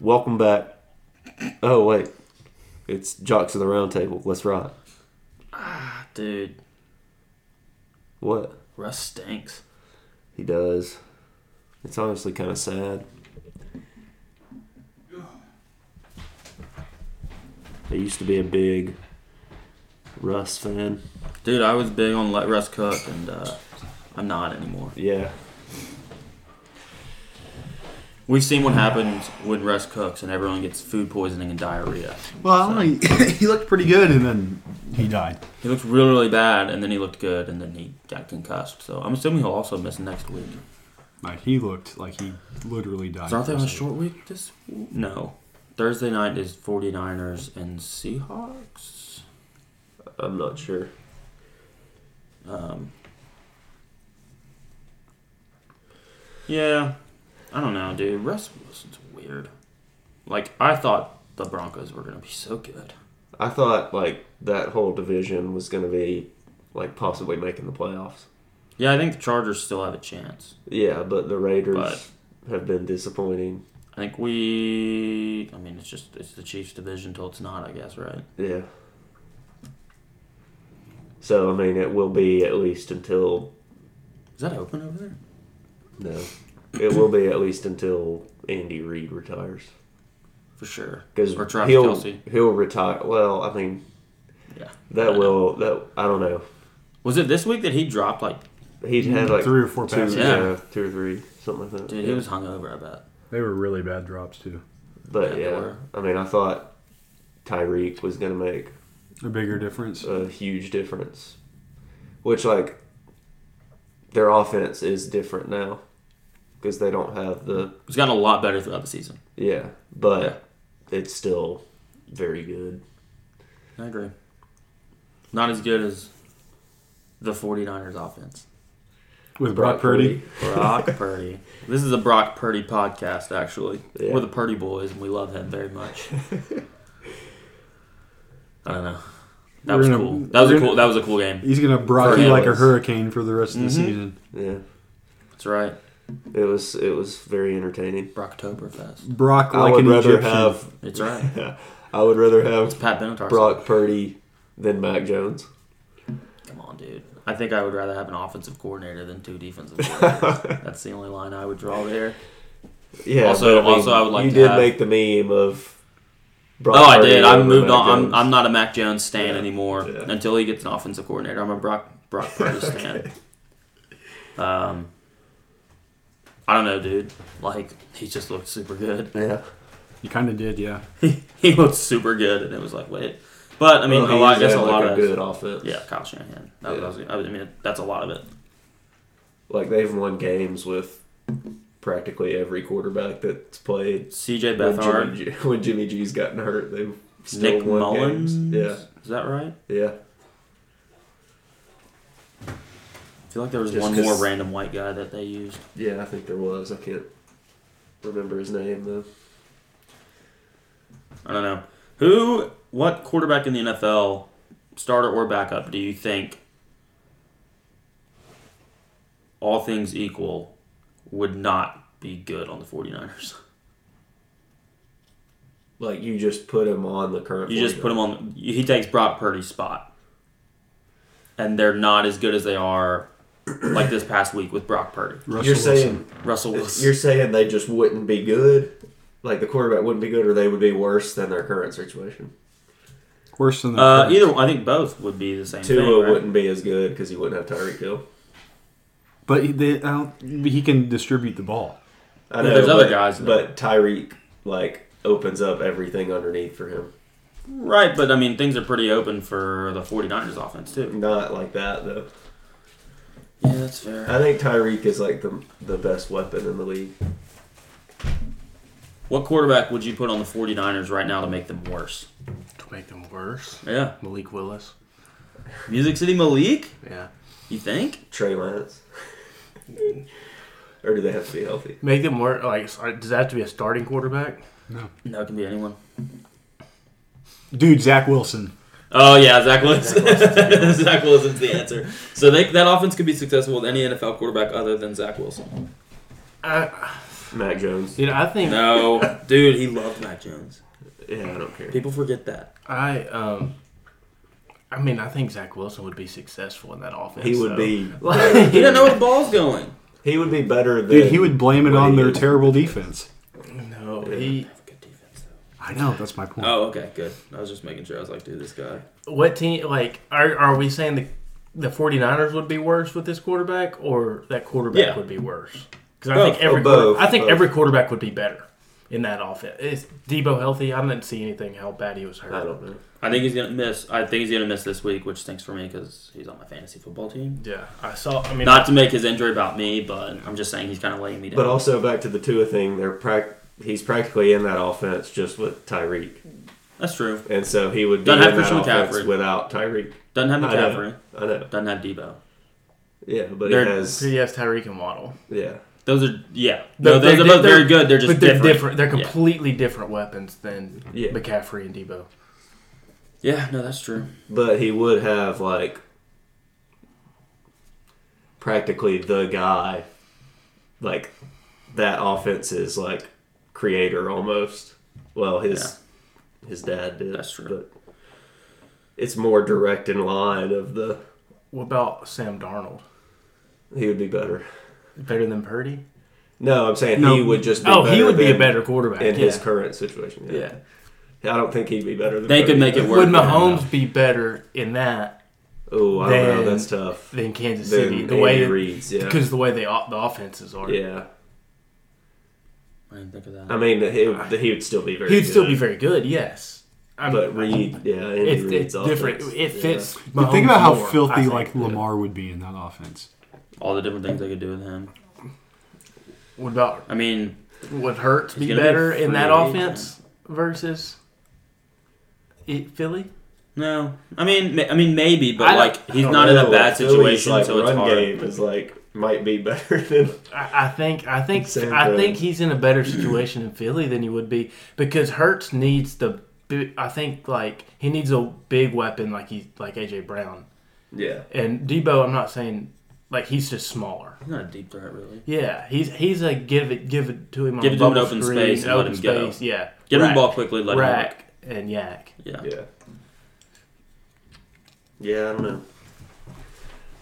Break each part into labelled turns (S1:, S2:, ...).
S1: Welcome back. Oh wait, it's Jocks of the Round Table. Let's ride.
S2: Dude,
S1: What
S2: Russ stinks.
S1: he does, it's honestly kind of sad. I used to be a big Russ fan.
S2: Dude, I was big on let Russ cook, and uh, I'm not anymore.
S1: Yeah,
S2: We've seen what happens when Russ cooks, and everyone gets food poisoning and diarrhea.
S3: Well, I don't know. He, he looked pretty good, and then he died.
S2: He looked really, really bad, and then he looked good, and then he got concussed. So I'm assuming he'll also miss next week.
S3: Like he looked like he literally died.
S2: Is aren't they on a
S3: for some-
S2: short week this? No. Thursday night is 49ers and Seahawks.
S1: I'm not sure.
S2: Um, yeah, I don't know, dude. Russ Wilson's weird. Like I thought the Broncos were gonna be so good.
S1: I thought like that whole division was going to be like possibly making the playoffs.
S2: Yeah, I think the Chargers still have a chance.
S1: Yeah, but the Raiders
S2: But-
S1: have been disappointing.
S2: I think we. I mean, it's just it's the Chiefs division till it's not. I guess right.
S1: Yeah. So I mean, it will be at least until
S2: Is that open over there?
S1: no, it will be at least until Andy Reid retires
S2: For sure.
S1: because
S2: or Travis
S1: he'll
S2: Kelsey.
S1: he'll retire. Well, I mean
S2: Yeah.
S1: that
S2: I know.
S1: will that I don't know.
S2: Was it this week that he dropped like?
S1: He'd had like
S3: Mm, Three or four
S1: two,
S3: passes.
S1: yeah, two or three, something like that.
S2: Dude,
S1: Yeah.
S2: he was hungover. I bet.
S3: They were really bad drops too.
S1: but
S2: Yeah, they
S1: yeah,
S2: were.
S1: I mean, I thought Tyreek was gonna make
S3: A bigger difference.
S1: a huge difference. Which like their offense is different now because they don't have the
S2: He's gotten a lot better throughout the season.
S1: yeah, but it's still very good.
S2: I agree. Not as good as the 49ers offense.
S3: With Brock, Purdy.
S2: Brock Purdy. This is a Brock Purdy podcast, actually.
S1: Yeah.
S2: We're the Purdy boys, and we love him very much. I don't know. That
S3: We're
S2: was
S3: gonna-
S2: cool. That was a
S3: we're
S2: cool. That was a cool game.
S3: He's gonna Brock
S2: For
S3: you like a
S1: analysts.
S3: hurricane for the rest of the season.
S1: Yeah,
S2: That's right.
S1: it was it was very entertaining.
S2: Brocktoberfest.
S3: Brock
S1: I
S3: like
S1: would
S3: an
S1: rather
S3: Egyptian.
S1: have
S2: It's right.
S1: I would rather have
S2: It's Pat Benatar.
S1: Brock Purdy than Mac Jones.
S2: Come on, dude. I think I would rather have an offensive coordinator than two defensive coordinators. That's the only line I would draw there.
S1: Yeah.
S2: Also-
S1: but, I mean,
S2: also I would like
S1: you
S2: to
S1: did
S2: have-
S1: make the meme of. Brock
S2: oh, I
S1: Purdy
S2: did. I
S1: over
S2: moved
S1: Mac
S2: on. I'm,
S1: Jones.
S2: I'm not a Mac Jones stan
S1: Yeah.
S2: anymore
S1: Yeah.
S2: until he gets an offensive coordinator. I'm a Brock Brock Purdy stan. Um, I don't know, dude. Like he just looked super good.
S1: Yeah.
S3: You kind of did, yeah.
S2: he he looked super good, and it was like wait. But I mean,
S1: Well,
S2: a
S1: he
S2: lot.
S1: is
S2: That's a
S1: at, like,
S2: lot of
S1: good offense.
S2: Yeah, Kyle Shanahan. That
S1: Yeah.
S2: was, I was- I mean, that's a lot of it.
S1: Like they've won games with practically every quarterback that's played.
S2: C.J.
S1: When Jimmy,
S2: Beathard,
S1: G, when Jimmy G's gotten hurt, they've still
S2: Nick
S1: won
S2: Mullins.
S1: games. Yeah,
S2: Is that right?
S1: yeah.
S2: I feel like there was
S1: Just
S2: one more
S1: 'cause-
S2: random white guy that they used.
S1: Yeah, I think there was. I can't remember his name though.
S2: I don't know. Who, what quarterback in the NFL, starter or backup, do you think, all things equal, would not be good on the 49ers?
S1: Like you just put him on the current.
S2: You just put him on, he takes Brock Purdy's spot. And they're not as good as they are, like this past week with Brock Purdy.
S3: Russell
S1: You're
S3: Wilson.
S1: saying
S2: Russell Wilson.
S1: you're saying they just wouldn't be good. Like the quarterback wouldn't be good, or they would be worse than their current situation.
S3: worse than the
S2: uh, either, I think both would be the same
S1: Tua
S2: thing. Right?
S1: wouldn't be as good because he wouldn't have Tyreek Hill.
S3: But he, they, I don't, he can distribute the ball.
S1: I
S2: Well, there's other
S1: but-
S2: guys, though.
S1: but Tyreek like opens up everything underneath for him.
S2: Right, but I mean, things are pretty open for the 49ers offense, too.
S1: Not like that though.
S2: Yeah, that's fair.
S1: I think Tyreek is like the the best weapon in the league.
S2: What quarterback would you put on the 49ers right now to make them worse?
S4: To make them worse,
S2: Yeah.
S4: Malik Willis.
S2: Music City Malik?
S4: Yeah.
S2: You think?
S1: Trey Lance. or do they have to be healthy?
S4: Make them work. Like, so- does that have to be a starting quarterback?
S2: No, it can be anyone.
S3: Dude, Zach Wilson.
S2: Oh, yeah, Zach Wilson. Zach Wilson's the answer. So they, that offense could be successful with any NFL quarterback other than Zach Wilson.
S4: I,
S1: Matt Jones.
S4: Dude, I think
S2: No, dude, he loved Matt Jones.
S1: Yeah, I don't care.
S2: People forget that.
S4: I um, I mean, I think Zach Wilson would be successful in that offense.
S1: He
S4: though.
S1: would be.
S4: Like,
S2: He doesn't know where the ball's going.
S1: He would be better than.
S3: Dude, he would blame it
S1: What
S3: on
S1: he
S3: their
S1: is.
S3: terrible defense.
S4: no, he.
S2: Good defense, though.
S3: I know. That's my point.
S2: Oh, okay, good. I was just making sure. I was like, dude, this guy.
S4: What team? Like, are are we saying the the 49ers would be worse with this quarterback, or that quarterback
S2: Yeah.
S4: would be worse? Because I
S2: Both.
S4: think every
S1: Or both.
S4: quarter- I think
S1: Both.
S4: every quarterback would be better in that offense. Is Debo healthy? I didn't see anything how bad he was hurt.
S1: I don't know.
S2: I think he's gonna miss. I think he's gonna miss this week, which stinks for me because he's on my fantasy football team.
S4: Yeah, I saw. I mean,
S2: Not to make his injury about me, but I'm just saying he's kind of laying me down.
S1: But also back to the Tua thing. They're prac. He's practically in that offense just with Tyreek,
S2: That's true.
S1: and so he would be
S2: Doesn't
S1: in
S2: have
S1: that
S2: Christian
S1: offense
S2: McCaffrey.
S1: without Tyreek.
S2: Doesn't have
S1: I know.
S2: McCaffrey.
S1: I know.
S2: Doesn't have Debo.
S1: Yeah, but
S2: They're-
S1: he has.
S4: he has Tyreek and Waddle.
S1: Yeah.
S2: Those are yeah.
S4: They're-
S2: No, those
S4: they're
S2: are
S4: di-
S2: both very
S4: they're-
S2: good. They're just
S4: But they're
S2: different.
S4: different. They're
S2: Yeah.
S4: completely different weapons than
S1: Yeah.
S4: McCaffrey and Debo.
S2: Yeah, no, that's true.
S1: But he would have like practically the guy, like that offense's like creator almost. Well, his his dad did.
S2: That's true.
S1: But it's more direct in line of the
S4: What about Sam Darnold?
S1: he would be better.
S4: Better than Purdy?
S1: No, I'm saying
S3: No.
S1: he would just. be
S4: Oh, he
S1: better
S4: would be a
S1: than-
S4: better quarterback.
S1: in
S4: yeah.
S1: his current situation. Yeah. I don't think he'd be better than. uh,
S2: They could
S1: Purdy.
S2: make it work.
S4: Would Mahomes be better in that
S1: Oh, I don't know.
S4: than-
S1: That's tough.
S4: than Kansas
S1: Than
S4: City? The
S1: Andy
S4: way
S1: Reid's, yeah.
S4: because the way they o- the offenses are.
S1: Yeah,
S2: I didn't think of that.
S1: I
S4: Um,
S1: mean, he, he would still be very.
S4: He'd still
S1: good.
S4: be very good. Yes, I mean,
S1: But Reed, yeah, Andy
S4: it's,
S1: Reid's
S4: it's different.
S1: offense.
S4: It
S1: Yeah.
S4: fits.
S3: But
S4: Mahomes
S3: think about how
S4: more, I
S3: filthy
S4: think.
S3: like Lamar would be in that offense.
S2: All the different things they could do with him.
S4: What about
S2: I mean,
S4: would Hurts
S2: He's
S4: be
S2: gonna be a
S4: better in
S2: free
S4: that
S2: agent.
S4: offense versus it, Philly?
S2: no. I mean, ma- I mean, maybe, but
S4: I don't-
S2: like he's
S1: I don't
S2: not in a
S1: know.
S2: bad
S1: Oh, Philly's,
S2: situation,
S1: like,
S2: so it's
S1: run
S2: hard.
S1: game is like might be better than.
S4: I I think I think
S1: San
S4: I
S1: Fran.
S4: think he's in a better situation in Philly than he would be because Hertz needs the bi- I think like he needs a big weapon like he like AJ Brown
S1: Yeah,
S4: and Debo. I'm not saying like he's just smaller.
S2: He's not a deep threat, really.
S4: Yeah, he's he's a give it give it to him on
S2: Give him
S4: bubble
S2: open
S4: screen,
S2: space and let
S4: open
S2: him go.
S4: space, Yeah,
S2: Get him
S4: Rack-
S2: the ball quickly. Let him work.
S4: rack and yak.
S2: Yeah.
S1: yeah, yeah. I don't know.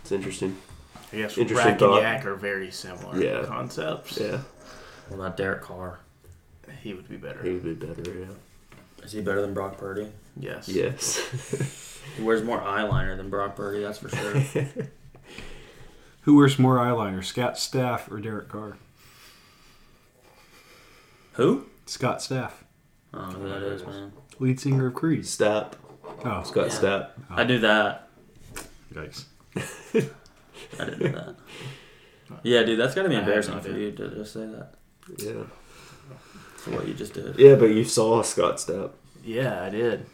S1: It's interesting.
S4: I guess
S1: Interesting
S4: rack
S1: thought.
S4: and yak are very similar
S1: Yeah.
S4: concepts.
S1: Yeah,
S2: What about Derek Carr?
S4: He would be better.
S1: he would be better. Yeah.
S2: Is he better than Brock Purdy?
S4: Yes.
S1: Yes.
S2: He wears more eyeliner than Brock Purdy, that's for sure.
S3: Who wears more eyeliner, Scott Staff or Derek Carr?
S2: Who?
S3: Scott Staff,
S2: I don't know who that is, man.
S3: lead singer of Creed.
S1: Step.
S3: Oh,
S1: Scott
S2: Yeah.
S1: Step.
S2: I knew that.
S3: Yikes.
S2: I didn't know that. Yeah, dude, that's got to be
S4: I have
S2: embarrassing
S4: no
S2: for
S4: idea.
S2: you to just say that.
S1: Yeah.
S2: For what you just did.
S1: Yeah, but you saw Scott Step.
S4: Yeah, I did. And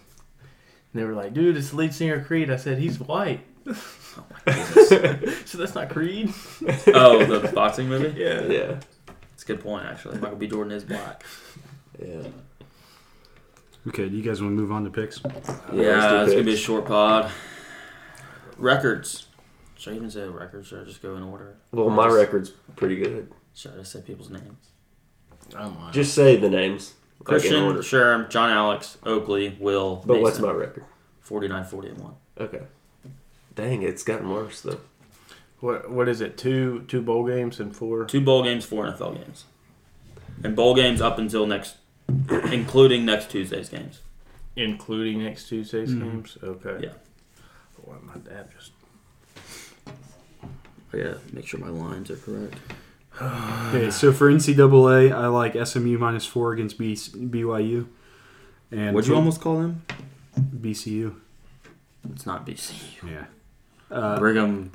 S4: they were like, dude, it's the lead singer of Creed. I said, he's white. so that's not Creed.
S2: Oh, the boxing movie?
S4: Yeah.
S1: Yeah.
S2: That's a good point, actually. Michael B. Jordan is black.
S1: Yeah.
S3: Okay, do you guys want to move on to picks?
S2: Yeah,
S1: let's
S2: it's
S1: do
S2: gonna be a
S1: picks.
S2: short pod. Records. Should I even say records? Should I just go in order?
S1: Well, my record's pretty good.
S2: Should I just say people's names?
S1: Just say the names. like, in
S2: Christian,
S1: order.
S2: Sherm, John Alex, Oakley, Will.
S1: But what's my
S2: Mason.
S1: record?
S2: 49 41.
S1: Okay. Dang, it's gotten worse though.
S4: What What is it? Two two bowl games and four.
S2: Two bowl games, four NFL games. And bowl games up until next, including next Tuesday's games.
S4: Including next Tuesday's
S2: Mm-hmm.
S3: Mhm.
S4: games? Okay.
S2: Yeah.
S4: Boy, my dad just.
S2: Yeah, make sure my lines are correct.
S3: Okay, so for NCAA, I like SMU minus four against B- BYU. And
S2: Would you almost call them?
S3: BCU?
S2: It's not BC.
S3: Yeah. Uh,
S2: Brigham.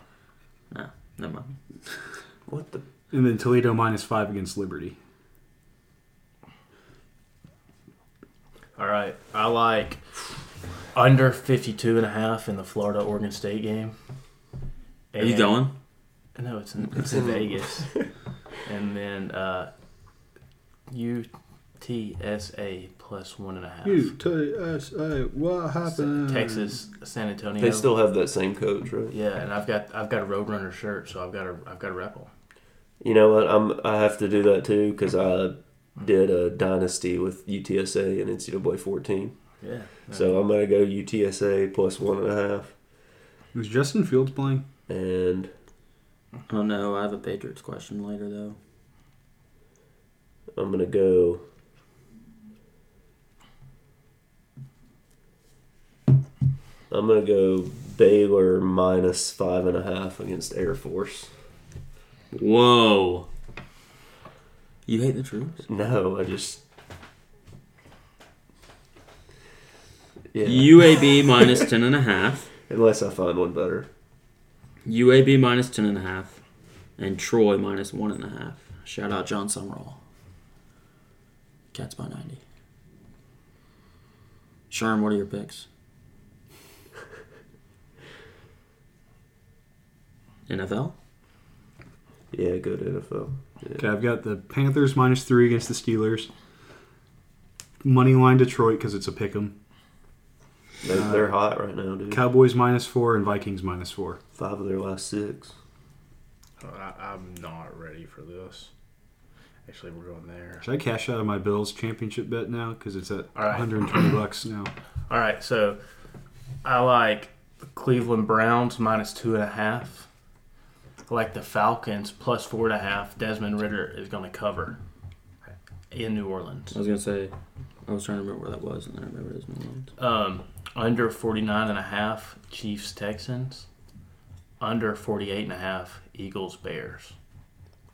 S2: No, never mind.
S1: What the?
S3: and then Toledo minus five against Liberty.
S4: All right. I like under 52 and a half in the Florida Oregon State game.
S2: Are you
S4: And-
S2: going?
S4: No, it's in, it's in Vegas. and then uh, UTSA plus one and a half.
S3: us what
S4: Texas, San Antonio.
S1: They still have that same coach, right?
S4: Yeah, and I've got I've got a Roadrunner shirt, so I've got a I've got a Rebel.
S1: You know what? I'm I have to do that too because I did a dynasty with UTSA and NCAA 14.
S4: Yeah.
S1: So I'm gonna go UTSA plus one and a half.
S3: Was Justin Fields playing?
S1: And
S2: Oh no, I have a Patriots question later though.
S1: I'm gonna go. I'm gonna go Baylor minus five and a half against Air Force.
S2: Whoa. You hate the troops?
S1: No, I just. Yeah.
S2: UAB minus ten and a half.
S1: Unless I find one better.
S2: UAB minus ten and a half. And Troy minus one and a half. Shout out John Summerall. Cats by ninety. Sherm, what are your picks? NFL?
S1: Yeah, go to NFL.
S3: Okay, I've got the Panthers minus three against the Steelers. Money line Detroit because it's a pick 'em.
S1: They, they're
S2: Uh,
S1: hot right now,
S4: Hmm.
S1: dude.
S3: Cowboys minus four and Vikings minus four.
S1: Five of their last six.
S5: I, I'm not ready for this. Actually, we're going there.
S3: Should I cash out of my Bills championship bet now because it's at
S4: All right.
S3: 120 bucks now?
S4: All right, so I like the Cleveland Browns minus two and a half. I like the Falcons plus four and a half. Desmond Ritter is going to cover in New Orleans.
S2: I was gonna say I was trying to remember where that was and I remember it was New Orleans.
S4: Um, under 49 and a half, Chiefs Texans. Under 48 and a half, Eagles Bears.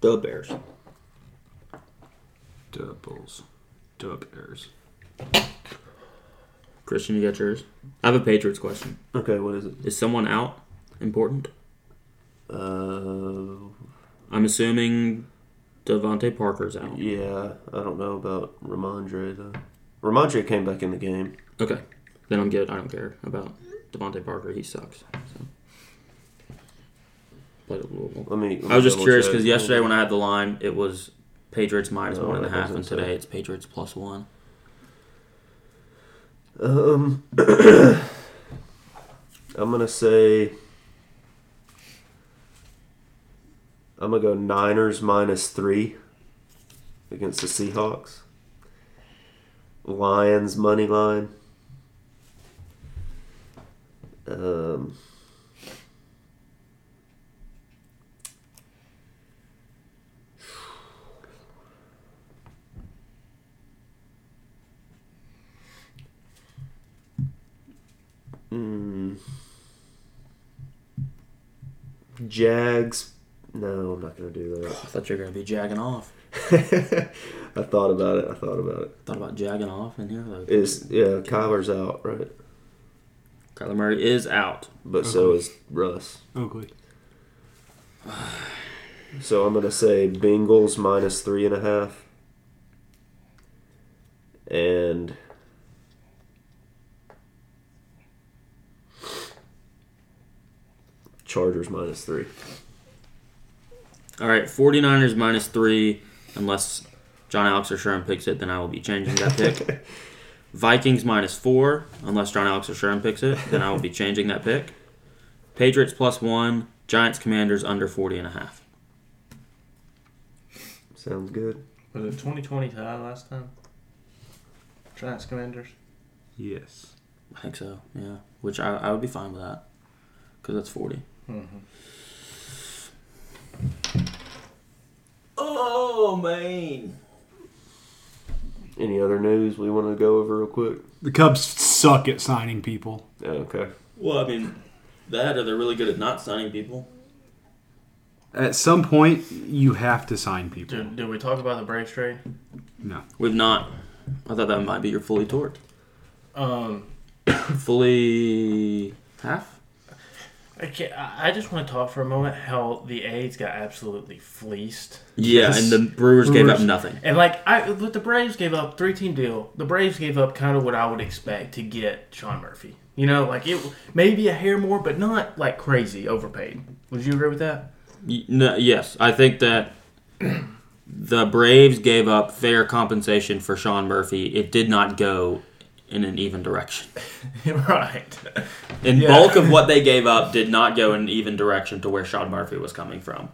S1: The Bears.
S3: Doubles, dub errors.
S2: Christian, you got yours? I have a Patriots question.
S1: Okay, what is it?
S2: Is someone out important?
S1: Uh,
S2: I'm assuming Devontae Parker's out.
S1: yeah, I don't know about Ramondre though. Ramondre came back in the game.
S2: Okay. Then I'm good. I don't care about Devontae Parker. He sucks. So. Played at Louisville.
S1: Let me. let
S2: I was
S1: me
S2: just
S1: double
S2: curious
S1: check.
S2: because yesterday when I had the line, it was Patriots minus
S1: No,
S2: one and a
S1: that
S2: half, and
S1: doesn't
S2: today
S1: say.
S2: it's Patriots plus one.
S1: Um, I'm gonna say. I'm gonna go Niners minus three against the Seahawks. Lions money line. Um. Mm. Jags. No, I'm not gonna do
S2: I thought you were going to be jagging off.
S1: that. I thought about it. I thought about it.
S2: Thought about jagging off in here, though.
S1: Is yeah, Kyler's out, right?
S2: Kyler Murray is out.
S1: But so is Russ.
S3: Oakley.
S1: So I'm gonna say Bengals minus three and a half, and Chargers minus three.
S2: All right, 49ers minus three. Unless John Alex or Sherman picks it, then I will be changing that pick. Vikings minus four. Unless John Alex or Sherman picks it, then I will be changing that pick. Patriots plus one. Giants Commanders under 40 and a half.
S1: Sounds good.
S4: Was it 2020 tie last time? Giants Commanders.
S3: Yes.
S2: I think so, yeah. Which I, I would be fine with that. Because that's 40.
S4: Mm-hmm.
S2: Oh, man.
S1: Any other news we want to go over real quick?
S3: The Cubs suck at signing people.
S1: Yeah, Okay.
S2: Well, I mean, that or they're really good at not signing people.
S3: At some point, you have to sign people.
S4: Did, did we talk about the Braves trade?
S3: No.
S2: We've not. I thought that might be your fully torqued.
S4: Um,
S2: fully half.
S4: Okay, I I just want to talk for a moment how the A's got absolutely fleeced.
S2: Yeah,
S3: Yes.
S2: and the Brewers, gave up
S3: Brewers.
S2: nothing.
S4: And like I but the Braves gave up three team deal. The Braves gave up kind of what I would expect to get Sean Murphy. You know, like it maybe a hair more, but not like crazy overpaid. Would you agree with that?
S2: Y- No, yes, I think that the Braves gave up fair compensation for Sean Murphy. It did not go in an even direction.
S4: right.
S2: And
S4: Yeah.
S2: bulk of what they gave up did not go in an even direction to where Sean Murphy was coming from.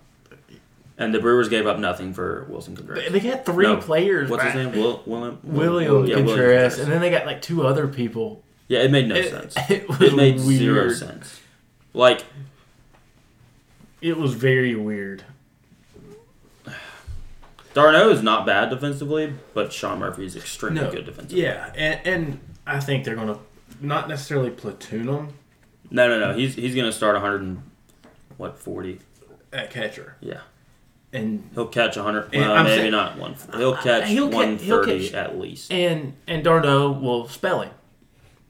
S2: And the Brewers gave up nothing for Wilson Contreras.
S4: They, they got three
S2: No.
S4: players.
S2: What's his
S4: back.
S2: name? Will, Willem, yeah,
S4: William
S2: William
S4: Contreras, and then they got like two other people.
S2: Yeah, it made no
S4: It-
S2: sense.
S4: it was
S2: It made zero
S4: weird.
S2: sense. Like,
S4: It was very weird.
S2: Darno is not bad defensively, but Sean Murphy is extremely
S4: No,
S2: good defensively.
S4: Yeah, and, and I think they're gonna not necessarily platoon them
S2: No, no, no. He's he's gonna start 100 and what 40?
S4: at catcher.
S2: Yeah,
S4: And
S2: he'll catch 100.
S4: And
S2: Well,
S4: I'm
S2: maybe
S4: saying-
S2: not one. He'll catch
S4: he'll ca- he'll
S2: 130
S4: catch-
S2: at least.
S4: and and Darno will spell him.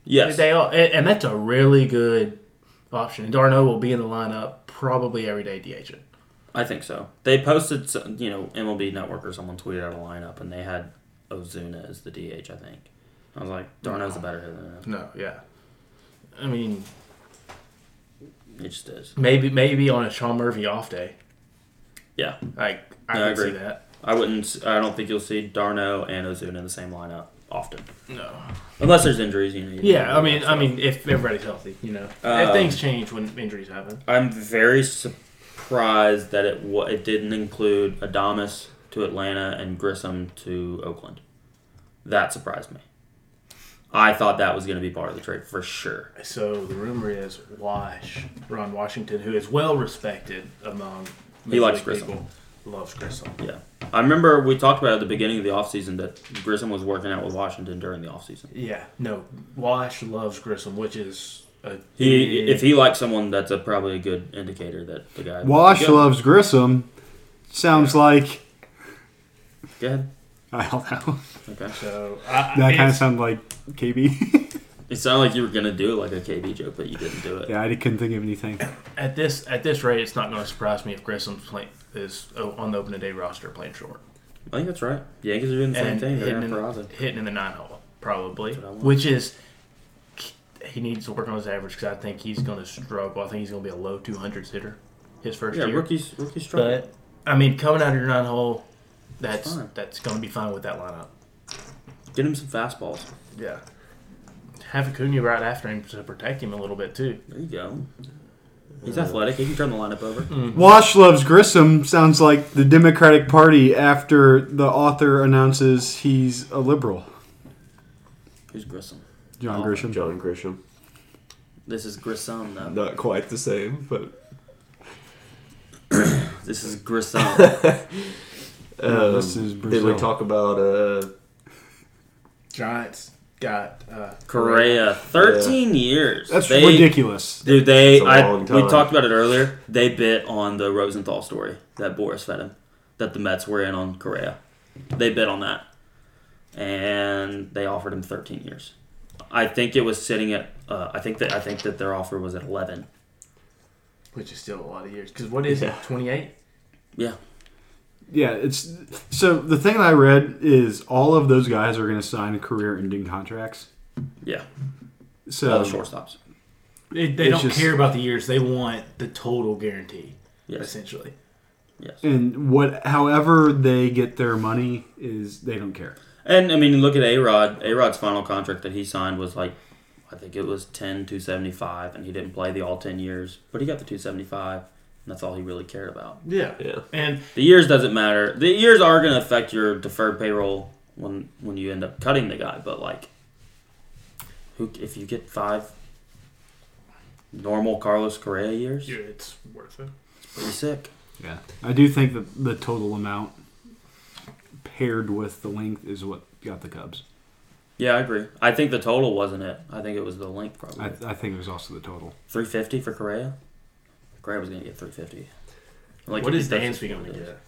S2: Yes,
S4: They all, and, and that's a really good option. And Darno will be in the lineup probably every day DH. it.
S2: I think so. They posted, some- you know, MLB Network or someone tweeted out a lineup, and they had Ozuna as the DH. I think. I was like, Darno's a better hitter than him.
S4: No, yeah. I mean,
S2: He just is.
S4: maybe maybe on a Sean Murphy off day.
S2: Yeah,
S4: Like I
S2: No, I
S4: can see
S2: agree.
S4: that.
S2: I wouldn't. s- I don't think you'll see Darno and Ozuna in the same lineup often,
S4: No.
S2: unless there's injuries. You know. you
S4: Yeah, I
S2: know,
S4: mean,
S2: so.
S4: I mean, if everybody's healthy, you know, if
S2: Um,
S4: things change when injuries happen.
S2: I'm very surprised that it wa it didn't include Adamas to Atlanta and Grissom to Oakland. That surprised me. I thought that was going to be part of the trade for sure.
S4: So the rumor is Wash Ron Washington, who is well respected among
S2: He likes
S4: Major League
S2: Grissom.
S4: loves Grissom.
S2: Yeah. I remember we talked about at the beginning of the offseason that Grissom was working out with Washington during the offseason.
S4: Yeah, no, Wash loves Grissom, which is a
S2: He,
S4: big-
S2: if he likes someone, that's a, probably a good indicator that the guy.
S3: Wash
S2: Go-
S3: loves Grissom. Sounds like
S2: Go ahead.
S3: I don't know.
S2: Okay.
S4: so I,
S3: That kind of
S4: it's-
S3: sounded like KB.
S2: It sounded like you were gonna do like a KB joke, but you didn't do it.
S3: yeah, I couldn't think of anything.
S4: at this at this rate, it's not going to surprise me if Grissom's playing is oh, on the opening day roster playing short
S2: I think that's right. Yankees are doing the same
S4: and
S2: thing. They're
S4: hitting,
S2: going
S4: in, hitting in the nine hole probably,
S2: That's what I want.
S4: which is he needs to work on his average because I think he's going to struggle. I think he's going to be a low two hundreds hitter his first
S2: Yeah,
S4: year.
S2: rookies, rookies struggle.
S4: But I mean, coming out of your nine hole, that's
S2: fine.
S4: that's going to be fine with that lineup.
S2: Get him some fastballs.
S4: Yeah. Have Acuna right after him to protect him a little bit too.
S2: There you go. He's athletic. He can turn the lineup over.
S3: Wash loves Grissom sounds like the Democratic Party after the author announces he's a liberal.
S2: Who's Grissom?
S3: John
S2: Oh,
S3: Grisham.
S1: John Grisham.
S2: This is Grissom, though.
S1: Not quite the same, but
S2: This is Grissom.
S3: No,
S1: um,
S3: this is
S1: did we
S3: Brazil.
S1: talk about uh,
S5: Giants got uh,
S2: Correa. 13 years.
S3: That's
S2: They-
S3: ridiculous.
S2: Dude, they.
S1: It's a
S2: I,
S1: long
S2: we
S1: time.
S2: talked about it earlier. They bit on the Rosenthal story that Boris fed him, that the Mets were in on Correa. They bit on that, and they offered him 13 years. I think it was sitting at. Uh, I think that I think that their offer was at 11.
S4: Which is still a lot of years. Because what is
S1: Yeah.
S4: it, 28?
S2: Yeah,
S3: Yeah, it's so the thing I read is all of those guys are going to sign career-ending contracts.
S2: yeah.
S3: So
S2: All the shortstops.
S4: They, they
S3: It's
S4: don't
S3: just-
S4: care about the years. They want the total guarantee,
S2: Yes.
S4: essentially.
S2: Yes.
S3: and what however they get their money is they don't care.
S2: And I mean, look at A Rod. A Rod's final contract that he signed was like, I think it was 10, 275, and he didn't play the all 10 years, but he got the 275, and that's all he really cared about.
S4: Yeah.
S1: yeah.
S4: And
S2: The years doesn't matter. The years are going to affect your deferred payroll when when you end up cutting the guy, but like, who if you get five normal Carlos Correa years,
S4: yeah, it's worth it.
S2: it's pretty sick.
S3: Yeah, I do think that the total amount paired with the length is what got the Cubs.
S2: Yeah, I agree. I think the total wasn't it. I think it was the length probably.
S3: I, I think it was also the total.
S2: 350 for Correa? Correa was going to get 350. Like
S4: what
S2: if
S4: is
S2: he does
S4: Dansby
S2: it,
S4: going to
S2: it
S4: get?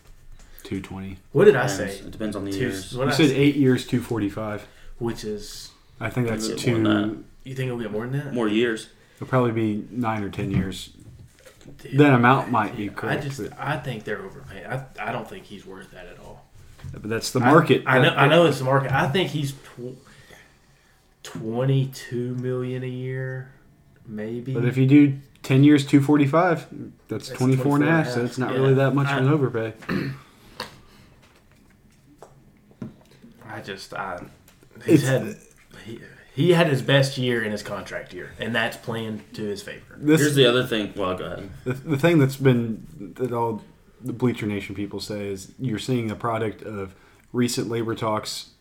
S3: Two twenty.
S4: What did I
S2: depends.
S4: say?
S2: It depends on the
S4: Two,
S2: years.
S4: what
S3: You
S4: I
S3: said
S4: said
S3: eight years, two forty-five.
S4: Which is,
S3: I think that's
S2: Maybe
S3: two.
S2: more than
S4: you think it'll get more than that?
S2: More years.
S3: It'll probably be nine or ten years.
S4: Dude,
S3: That amount might be
S4: yeah,
S3: correct,
S4: I just,
S3: but-
S4: I think they're overpaying. I, I don't think he's worth that at all.
S3: But that's the market.
S4: I, I know. I know it's the market. I think he's tw- twenty-two million a year, maybe.
S3: But if you do ten years, two forty-five, that's,
S4: That's
S3: 24 and a
S4: 24
S3: half. So it's not
S4: yeah.
S3: really that much
S4: I-
S3: of an overpay.
S4: I just, I, he's
S3: It's-
S4: had he, he had his best year in his contract year, and that's playing to his favor.
S3: This
S2: Here's the other thing. Well, go ahead.
S3: the, the thing that's been that all the Bleacher Nation people say is you're seeing the product of recent labor talks,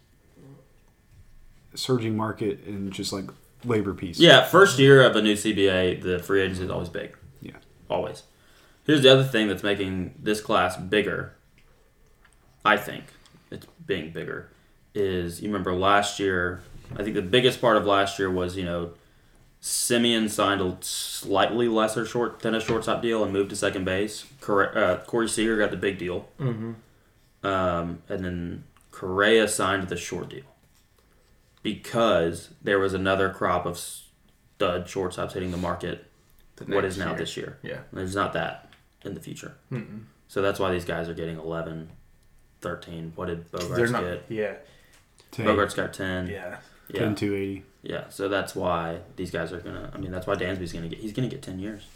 S3: surging market, and just like labor peace.
S2: Yeah, first year of a new CBA, the free agency is always big.
S3: Yeah.
S2: Always. Here's the other thing that's making this class bigger. I think it's being bigger. Is you remember last year? I think the biggest part of last year was you know Simeon signed a slightly lesser short than a shortstop deal and moved to second base. Corre- uh, Corey Seager got the big deal,
S4: Mm-hmm.
S2: um, and then Correa signed the short deal because there was another crop of stud shortstops hitting the market. what is now this year?
S4: Yeah.
S2: There's not that in the future.
S4: Mm-mm.
S2: So that's why these guys are getting 11, 13. What did
S4: They're
S2: Bogarts
S4: not.
S2: get?
S4: Yeah.
S3: Ten-
S2: Bogarts got 10.
S4: Yeah.
S2: Yeah.
S3: 10 to 80.
S2: Yeah. So that's why these guys are going to, I mean, that's why Dansby's going to get, he's going to get 10 years.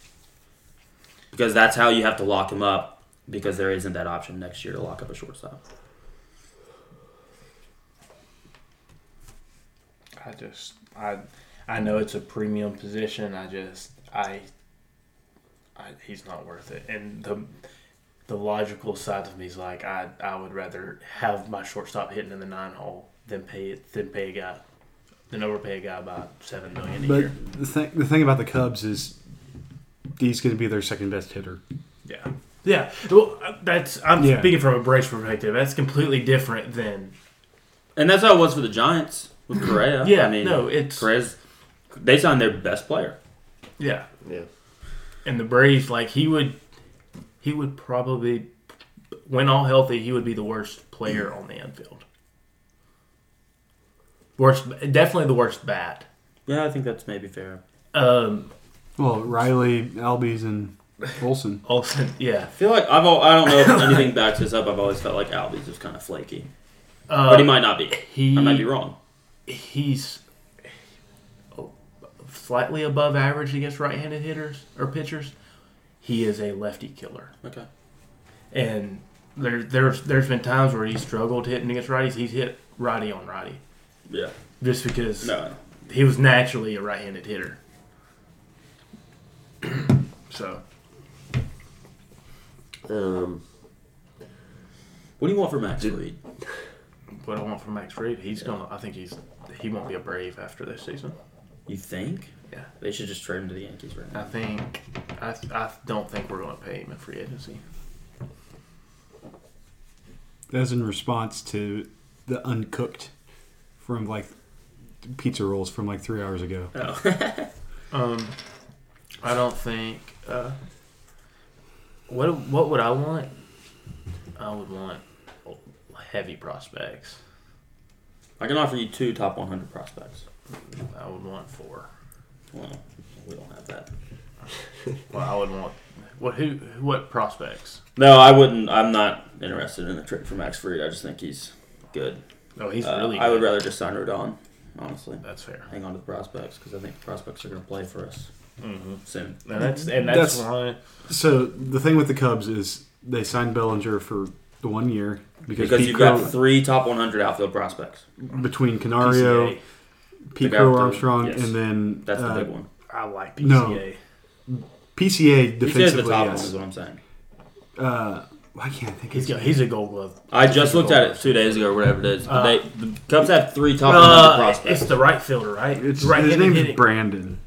S2: Because that's how you have to lock him up because there isn't that option next year to lock up a shortstop.
S4: I just I I know it's a premium position. I just I, I he's not worth it. And the the logical side of me is like I I would rather have my shortstop hitting in the nine hole than pay it than pay a guy than overpay a guy by seven million a year.
S3: But the thing, the thing about the Cubs is he's going to be their second best hitter.
S4: Yeah. Yeah, well, uh, that's I'm
S3: Yeah.
S4: speaking from a Braves perspective. That's completely different than
S2: And that's how it was for the Giants with Correa.
S4: yeah.
S2: I mean,
S4: no, it's
S2: Correa's, they signed their best player.
S4: yeah.
S1: Yeah.
S4: and the Braves, like he would, he would probably, when all healthy, he would be the worst player on the infield. Worst, definitely the worst bat.
S2: Yeah, I think that's maybe fair.
S4: Um,
S3: Well, Riley, Albies, and Olson.
S4: Olsen, yeah,
S2: I feel like I've al- I don't know if anything backs this up. I've always felt like Albies was kind of flaky,
S4: uh,
S2: but he might not be.
S4: he
S2: I might be wrong.
S4: he's slightly above average against right-handed hitters or pitchers. He is a lefty killer.
S2: Okay.
S4: and there, there's there's been times where he struggled hitting against righties. He's hit righty on righty
S2: Yeah.
S4: just because
S2: No.
S4: he was naturally a right-handed hitter. so
S1: Um,
S2: What do you want for Max
S1: Did-
S2: Reed?
S4: what I want from Max Reed, he's gonna. I think he's he won't be a Brave after this season.
S2: You think?
S4: Yeah.
S2: They should just trade him to the Yankees right
S4: I
S2: now.
S4: think I I don't think we're gonna pay him in free agency.
S3: That's in response to the uncooked from like pizza rolls from like three hours ago.
S2: Oh.
S4: Um, I don't think. Uh, what what would I want? I would want heavy prospects.
S2: I can offer you two top 100 prospects.
S4: I would want four.
S2: Well, we don't have that.
S4: Well, I would want. What who? What prospects?
S2: No, I wouldn't. I'm not interested in a trade for Max Freed. I just think he's good.
S4: No, Oh, he's
S2: Uh,
S4: really.
S2: I would
S4: good.
S2: rather just sign Rodon, honestly.
S4: That's fair.
S2: Hang on to the prospects because I think the prospects are going to play for us
S4: Mm-hmm.
S2: soon.
S4: And that's and that's,
S3: That's-
S4: why.
S3: So the thing with the Cubs is they signed Bellinger for the one year because,
S2: Because
S3: Pete
S2: you've
S3: Crow-
S2: got three top 100 outfield prospects.
S3: between Canario,
S4: PCA.
S2: The
S3: Pete
S2: guy
S3: Crow
S2: with the-
S3: Armstrong,
S2: yes.
S3: and then
S2: That's the
S3: uh,
S2: big one.
S4: I like PCA.
S3: No. PCA
S2: He says the
S3: defensively.
S2: top one
S3: yes.
S2: is what I'm saying.
S3: Uh, why can't I think
S4: He's
S3: he's
S4: got, he's a Gold Glove.
S2: I just looked at it two days ago, or whatever it is. But
S4: Uh,
S2: they the Cubs have three top 100
S4: Uh,
S2: prospects.
S4: it's the right fielder, right?
S3: it's
S4: right
S3: his
S4: handed
S3: name's
S4: hitting.
S3: Brandon.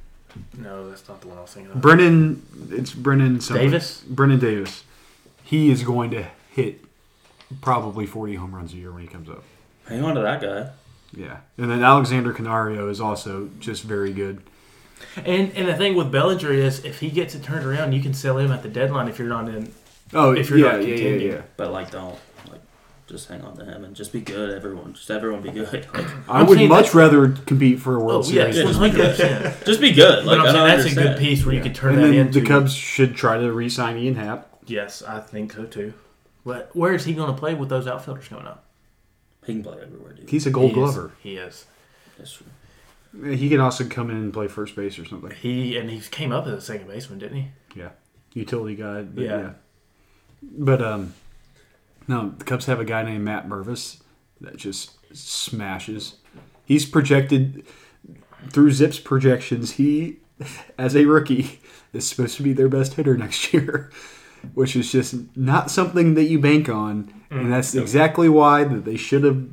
S4: no, that's not the one I was thinking of.
S3: Brennan. It's Brennan something.
S4: Davis?
S3: Brennan Davis. He is going to hit probably 40 home runs a year when he comes up.
S2: Hang on to that guy.
S3: Yeah, and then Alexander Canario is also just very good.
S4: And and the thing with Bellinger is, if he gets it turned around, you can sell him at the deadline if you're not in.
S3: Oh,
S4: If you're
S3: yeah,
S4: not
S3: yeah, yeah,
S4: contending.
S3: yeah.
S2: But like, don't like, just hang on to him and just be good. Everyone, just everyone be good. Like,
S3: I
S4: I'm
S3: would
S4: saying
S3: much
S4: that's-
S3: rather compete for a World
S4: Oh yeah,
S3: Series.
S2: yeah,
S4: one
S2: just-
S4: hundred percent.
S2: just be good. Like,
S4: But I'm
S2: I
S4: saying
S2: don't
S4: that's a
S2: understand.
S4: good piece where you
S3: Yeah.
S4: could turn
S3: and
S4: that
S3: then
S4: into.
S3: the Cubs should try to re-sign Ian Happ.
S4: Yes, I think so too. But where is he going to play with those outfielders coming up?
S2: He can play everywhere, dude.
S3: He's a Gold
S4: He is-
S3: Glover.
S4: He is.
S2: That's true.
S3: He can also come in and play first base or something.
S4: He and he came up as a second baseman, didn't he?
S3: Utility guy. But
S4: Yeah.
S3: yeah. But um, no, the Cubs have a guy named Matt Mervis that just smashes. He's projected through Zip's projections. He, as a rookie, is supposed to be their best hitter next year. which is just not something that you bank on, and that's exactly why that they should have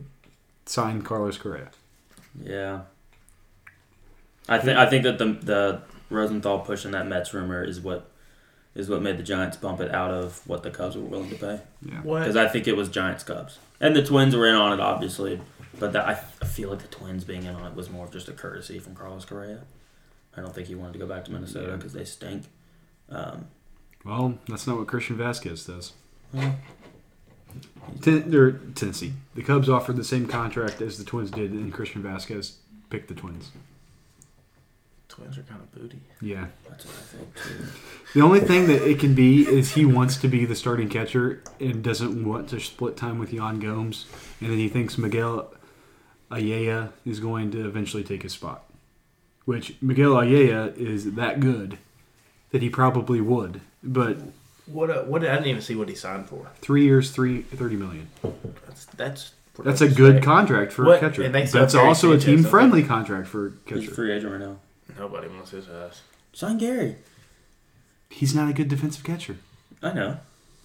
S3: signed Carlos Correa.
S2: Yeah. I think I think that the the Rosenthal pushing that Mets rumor is what is what made the Giants bump it out of what the Cubs were willing to pay because
S4: What?
S2: I think it was Giants Cubs and the Twins were in on it obviously, but that, I, I feel like the Twins being in on it was more of just a courtesy from Carlos Correa. I don't think he wanted to go back to Minnesota because they stink. Um,
S3: Well, that's not what Christian Vasquez does.
S2: Yeah.
S3: Ten, or Tennessee. The Cubs offered the same contract as the Twins did, and Christian Vasquez picked the Twins.
S4: Twins are kind of booty.
S3: Yeah.
S2: that's what I think too.
S3: The only thing that it can be is he wants to be the starting catcher and doesn't want to split time with Jan Gomes, and then he thinks Miguel Ayala is going to eventually take his spot. Which Miguel Ayala is that good that he probably would, but
S4: What? uh what? I didn't even see what he signed for.
S3: three years, three thirty million.
S4: That's that's. pretty
S3: That's a
S4: much
S3: good
S4: sick.
S3: contract for
S4: What-
S3: a catcher.
S4: and they still
S3: That's
S4: carry
S3: also a
S4: Sanchez, don't they?
S3: team-friendly contract for a
S2: He's a
S3: catcher.
S2: free agent right now.
S4: Nobody wants his ass.
S2: Sign Gary.
S3: He's not a good defensive catcher.
S2: I know.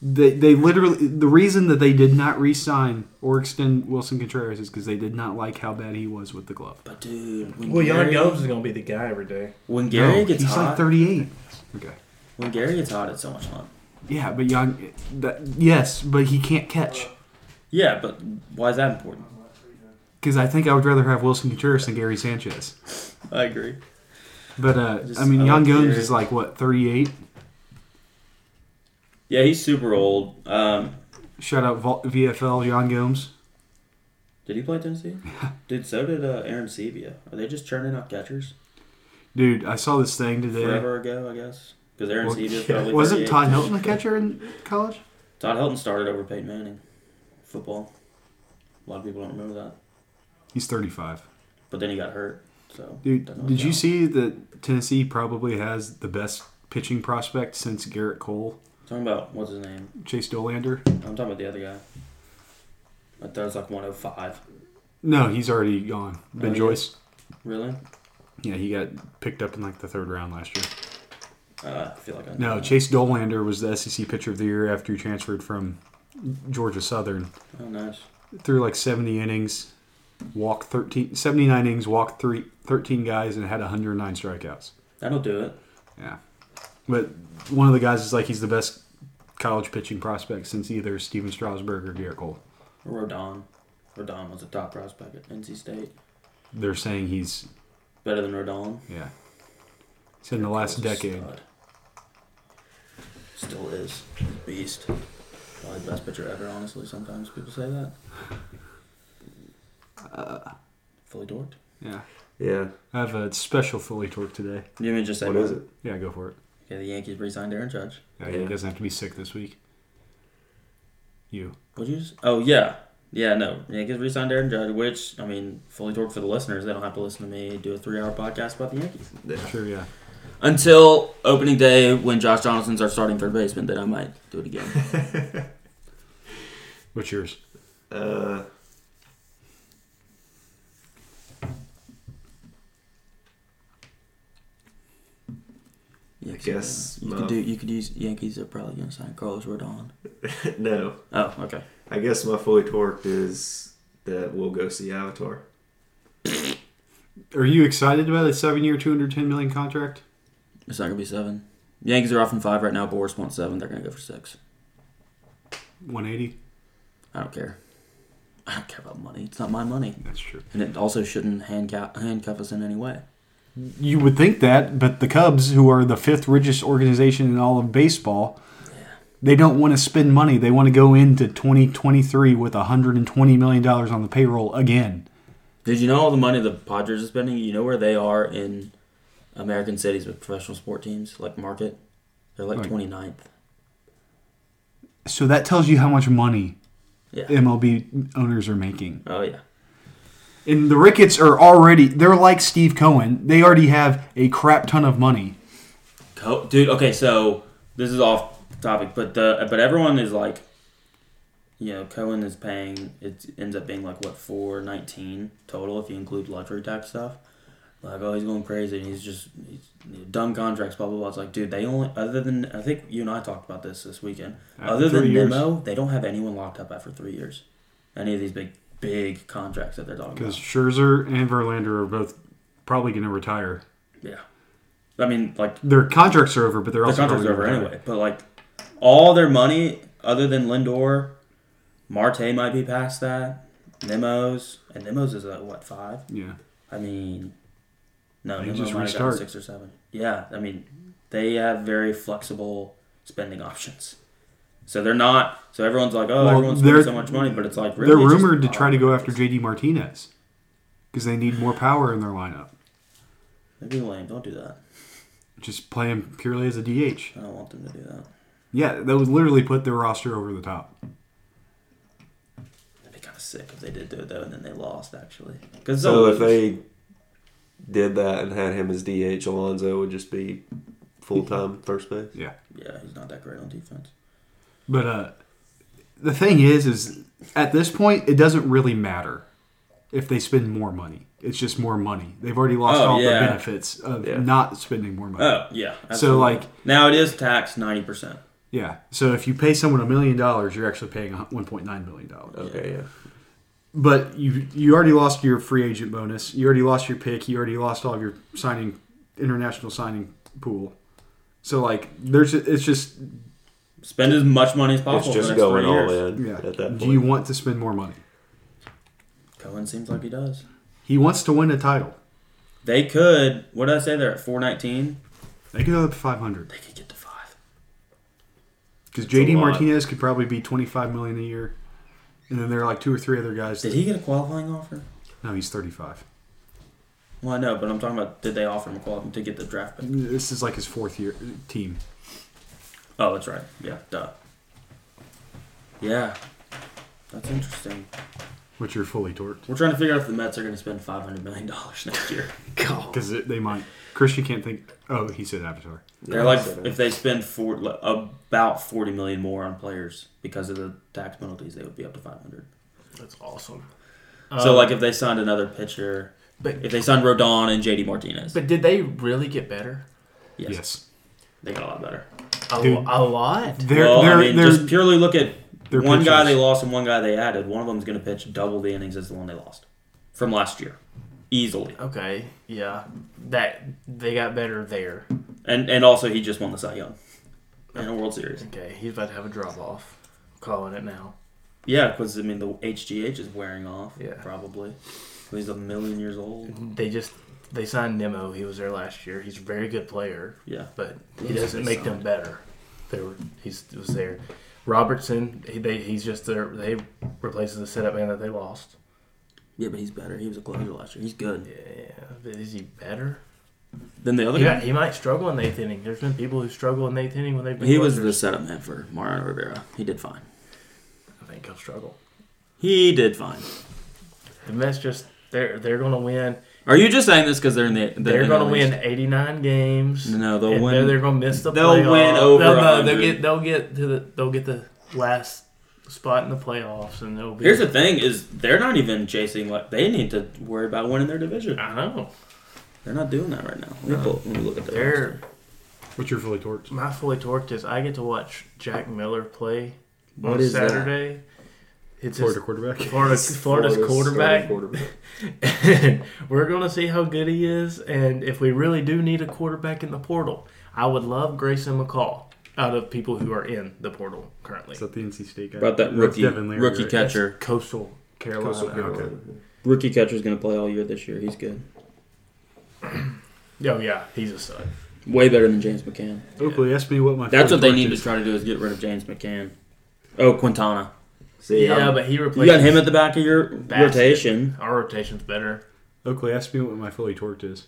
S3: They, they literally the reason that they did not re-sign or extend Wilson Contreras is because they did not like how bad he was with the glove.
S2: But dude, when
S4: Well, Jan
S2: Gary,
S4: Gomes is gonna be the guy every day.
S2: when Gary
S3: No,
S2: gets
S3: he's
S2: hot,
S3: like 38. Okay.
S2: when Gary gets hot, it's so much fun.
S3: Yeah, but young. That, yes, but he can't catch
S2: Yeah, but why is that important?
S3: because I think I would rather have Wilson Contreras than Gary Sanchez.
S2: I agree.
S3: But uh,
S2: Just-
S3: I mean,
S2: I
S3: Jan
S2: like
S3: Gomes
S2: Gary.
S3: is like what 38.
S2: Yeah, he's super old. Um,
S3: Shout out Vol- VFL Jan Gomes.
S2: did he play Tennessee? Dude, so did uh, Aaron Sevia. Are they just churning out catchers
S3: Dude, I saw this thing today.
S2: forever ago? I guess because Aaron
S3: Well,
S2: Sevia's probably
S3: Wasn't
S2: 38.
S3: Todd Hilton a catcher in college?
S2: Todd Helton started over Peyton Manning, football. A lot of people don't remember that,
S3: He's 35.
S2: but then he got hurt. So
S3: Dude,
S2: doesn't really
S3: did you
S2: count.
S3: see that Tennessee probably has the best pitching prospect since Garrett Cole,
S2: Talking about what's his name?
S3: Chase Dolander?
S2: I'm talking about the other guy. That was like 105.
S3: No, he's already gone. Ben
S2: Oh, yeah.
S3: Joyce.
S2: Really?
S3: Yeah, he got picked up in like the third round last year.
S2: Uh, I feel like I know.
S3: No, Chase Dolander was the SEC Pitcher of the Year after he transferred from Georgia Southern.
S2: Oh, nice.
S3: Threw like 70 innings, walked 13, 79 innings, walked three, 13 guys, and had 109 strikeouts.
S2: That'll do it.
S3: Yeah. But one of the guys is like he's the best college pitching prospect since either Steven Strasburg or Garrett Cole.
S2: Rodon. Rodon was a top prospect at NC State.
S3: They're saying he's,
S2: Better than Rodon.
S3: yeah. It's in the last decade.
S2: Stud. Still is. Beast. Probably the best pitcher ever, honestly. Sometimes people say that. Uh. Fully dorked.
S3: Yeah.
S1: Yeah.
S3: I have a special Philly torque today.
S2: You mean just say
S1: What
S2: one?
S1: is it?
S3: Yeah, go for it.
S2: Okay, the Yankees re signed Aaron Judge.
S3: Yeah, He
S1: Yeah.
S3: doesn't have to be sick this week. You.
S2: Would you? s- Oh yeah, yeah. No, Yankees re-signed Aaron Judge, which I mean, fully talk for the listeners. They don't have to listen to me do a three-hour podcast about the Yankees
S3: Sure, yeah.
S2: until opening day when Josh Johnson's our starting third baseman. Then I might do it again.
S3: What's yours?
S1: Uh,
S2: Yeah, 'cause,
S1: guess
S2: uh, you
S1: my-
S2: could do. You could use Yankees are probably going to sign Carlos Rodon.
S1: no.
S2: Oh, okay.
S1: I guess my fully torqued is that we'll go see Avatar.
S3: Are you excited about a seven-year, two hundred ten million contract?
S2: It's not going to be seven. Yankees are off in five right now. Boris wants seven. They're going to go for six.
S3: One eighty.
S2: I don't care. I don't care about money. It's not my money,
S3: That's true.
S2: and it also shouldn't handcuff handcuff us in any way.
S3: You would think that, but the Cubs, who are the fifth richest organization in all of baseball, they don't want to spend money. They want to go into twenty twenty three with hundred and twenty million dollars on the payroll again.
S2: Did you know all the money the Padres are spending? You know where they are in American cities with professional sport teams, like market? They're like
S3: Right.
S2: 29th.
S3: So that tells you how much money
S2: Yeah.
S3: MLB owners are making.
S2: Oh, yeah.
S3: And the Ricketts are already, they're like Steve Cohen. They already have a crap ton of money.
S2: Co- Dude, okay, so this is off topic, but the but everyone is like, you know, Cohen is paying, it ends up being like, what, 419 total if you include luxury tax stuff. like, oh, he's going crazy and he's just he's, dumb contracts, blah blah blah. It's like, dude, they only other than I think you and I talked about this this weekend.
S3: After
S2: other
S3: three
S2: than
S3: years.
S2: Nemo, they don't have anyone locked up after three years. Any of these big big contracts that they're talking
S3: Because
S2: about.
S3: Scherzer and Verlander are both probably going to retire.
S2: Yeah, I mean, like
S3: Their contracts are over, but they're
S2: their
S3: also
S2: contract's
S3: probably
S2: over
S3: gonna retire.
S2: anyway. But like all their money, other than Lindor, Marte might be past that. Nemo's and Nemo's is at what five?
S3: Yeah,
S2: I mean, no,
S3: They
S2: Nemo
S3: just
S2: might have
S3: restart.
S2: gotten six or seven. Yeah, I mean, they have very flexible spending options. So they're not. So everyone's like, oh,
S3: Well,
S2: everyone's spending
S3: they're-
S2: so much money, but it's like really
S3: they're
S2: it's just
S3: rumored to try to go after
S2: options.
S3: JD Martinez because they need more power in their lineup.
S2: That'd be lame. Don't do that.
S3: Just play him purely as a DH.
S2: I don't want them to do that.
S3: Yeah, that would literally put their roster over the top.
S2: That'd be kind of sick if they did do it though, and then they lost actually. Because
S1: So if they did that and had him as DH, Alonzo would just be full time first base.
S3: Yeah,
S2: yeah, he's not that great on defense.
S3: but uh, the thing is, is at this point, it doesn't really matter if they spend more money. It's just more money. They've already lost
S2: Oh,
S3: all
S2: yeah.
S3: the benefits of
S1: Yeah.
S3: not spending more money.
S2: Oh yeah.
S3: So, like-
S2: now it is taxed ninety percent.
S3: Yeah. So if you pay someone a million dollars, you're actually paying one point nine million dollars.
S1: Okay, yeah.
S3: But you you already lost your free agent bonus. You already lost your pick. You already lost all of your signing international signing pool. So like there's it's just
S2: Spend as much money as possible.
S1: It's just
S2: for the next
S1: going
S2: three
S1: all
S2: years.
S1: in
S3: yeah.
S1: at that point.
S3: Do you want to spend more money?
S2: Cohen seems like he does.
S3: He wants to win a title.
S2: They could. What did I say? They're at four nineteen.
S3: They could go up to five hundred
S2: They could get to five.
S3: because
S5: a
S3: JD
S5: lot.
S3: Martinez could probably be twenty five million a year, and then there are like two or three other guys.
S2: Did
S3: That,
S2: he get a qualifying offer?
S3: no, he's thirty five.
S2: Well, I know, but I'm talking about did they offer him a qualifying to get the draft pick?
S3: This is like his fourth year team.
S2: Oh, that's right. Yeah, duh. Yeah, that's interesting.
S3: Which you're fully torqued
S2: We're trying to figure out if the Mets are going to spend five hundred million dollars next year.
S3: because they might. Christian can't think. Oh, he said Avatar.
S2: They're like if they spend four, like, about forty million more on players because of the tax penalties, they would be up to five hundred.
S5: That's awesome.
S2: so
S5: Um,
S2: like if they signed another pitcher,
S4: But
S2: if they signed Rodon and JD Martinez,
S4: but did they really get better?
S2: yes,
S3: yes.
S2: they got a lot better.
S4: A,
S3: Dude.
S4: a lot.
S3: They're,
S2: well,
S3: they're,
S2: I mean,
S3: they're,
S2: just purely look at
S3: they're
S2: one guy they
S3: pitchers.
S2: lost and one guy they added. One of them's going to pitch double the innings as the one they lost from last year, easily.
S4: Okay, yeah, that they got better there.
S2: And and also he just won the Cy Young in a World Series.
S4: Okay, he's about to have a drop off. Calling it now.
S2: Yeah, because I mean the HGH is wearing off.
S4: Yeah.
S2: probably. He's a million years old.
S4: They just they signed Nemo. He was there last year. He's a very good player,
S2: Yeah,
S4: but he
S2: Yes,
S4: doesn't
S2: they
S4: make them better. They were he's he was there. Robertson, he, they, he's just there. They replaces the setup man that they lost.
S2: yeah, but he's better. He was a closer last year. He's good.
S4: Yeah, but is he better?
S2: Then the other
S4: He,
S2: guy.
S4: might- he might struggle in the eighth inning. There's been people who struggle in the eighth inning when they've been.
S2: He was the
S4: closers.
S2: setup man for Mariano Rivera. He did fine.
S4: I think he'll struggle.
S2: He did fine.
S4: The Mets just they're they're going to win.
S2: Are you just saying this because they're in the?
S4: They're
S2: in
S4: going
S2: the
S4: to win 89 games.
S2: No, they'll
S4: and
S2: win-
S4: They're, they're going to miss the.
S2: they'll win
S4: playoff-
S2: over
S4: They'll, no,
S2: 100.
S4: they'll get they'll get to the they'll get the last spot in the playoffs, and they'll be.
S2: Here's the thing: is they're not even chasing. Like they need to worry about winning their division.
S4: I know.
S2: They're not doing that right now. Let me, pull, let me look at their.
S4: They're
S3: Which you're fully torqued.
S4: my fully torqued is I get to watch Jack Miller play
S2: What
S4: on
S2: is that?
S4: Saturday. It's his-
S3: Florida quarterback.
S4: Florida, Florida's, quarterback.
S1: quarterback.
S4: and we're going to see how good he is and if we really do need a quarterback in the portal. I would love Grayson McCall out of people who are in the portal currently.
S3: Is that the NC State guy?
S2: About that
S3: That's
S2: rookie
S3: Devin Leary,
S2: rookie
S3: right?
S2: catcher.
S4: Coastal Carolina.
S1: Coastal Carolina.
S2: Rookie catcher's going to play all year this year. He's good.
S4: Oh, yeah, he's a stud.
S2: Way better than James McCann.
S3: Oakley asked me what my.
S2: That's what
S3: Florida
S2: they
S3: torch
S2: need to
S3: is.
S2: try to do is get rid of James McCann. Oh, Quintana.
S1: See,
S4: yeah,
S1: I'm-
S4: but he
S2: You
S4: replaced
S2: got him at the back of your
S4: Basket.
S2: rotation.
S4: Our rotation's better.
S3: Oakley asked me what my fully torqued is.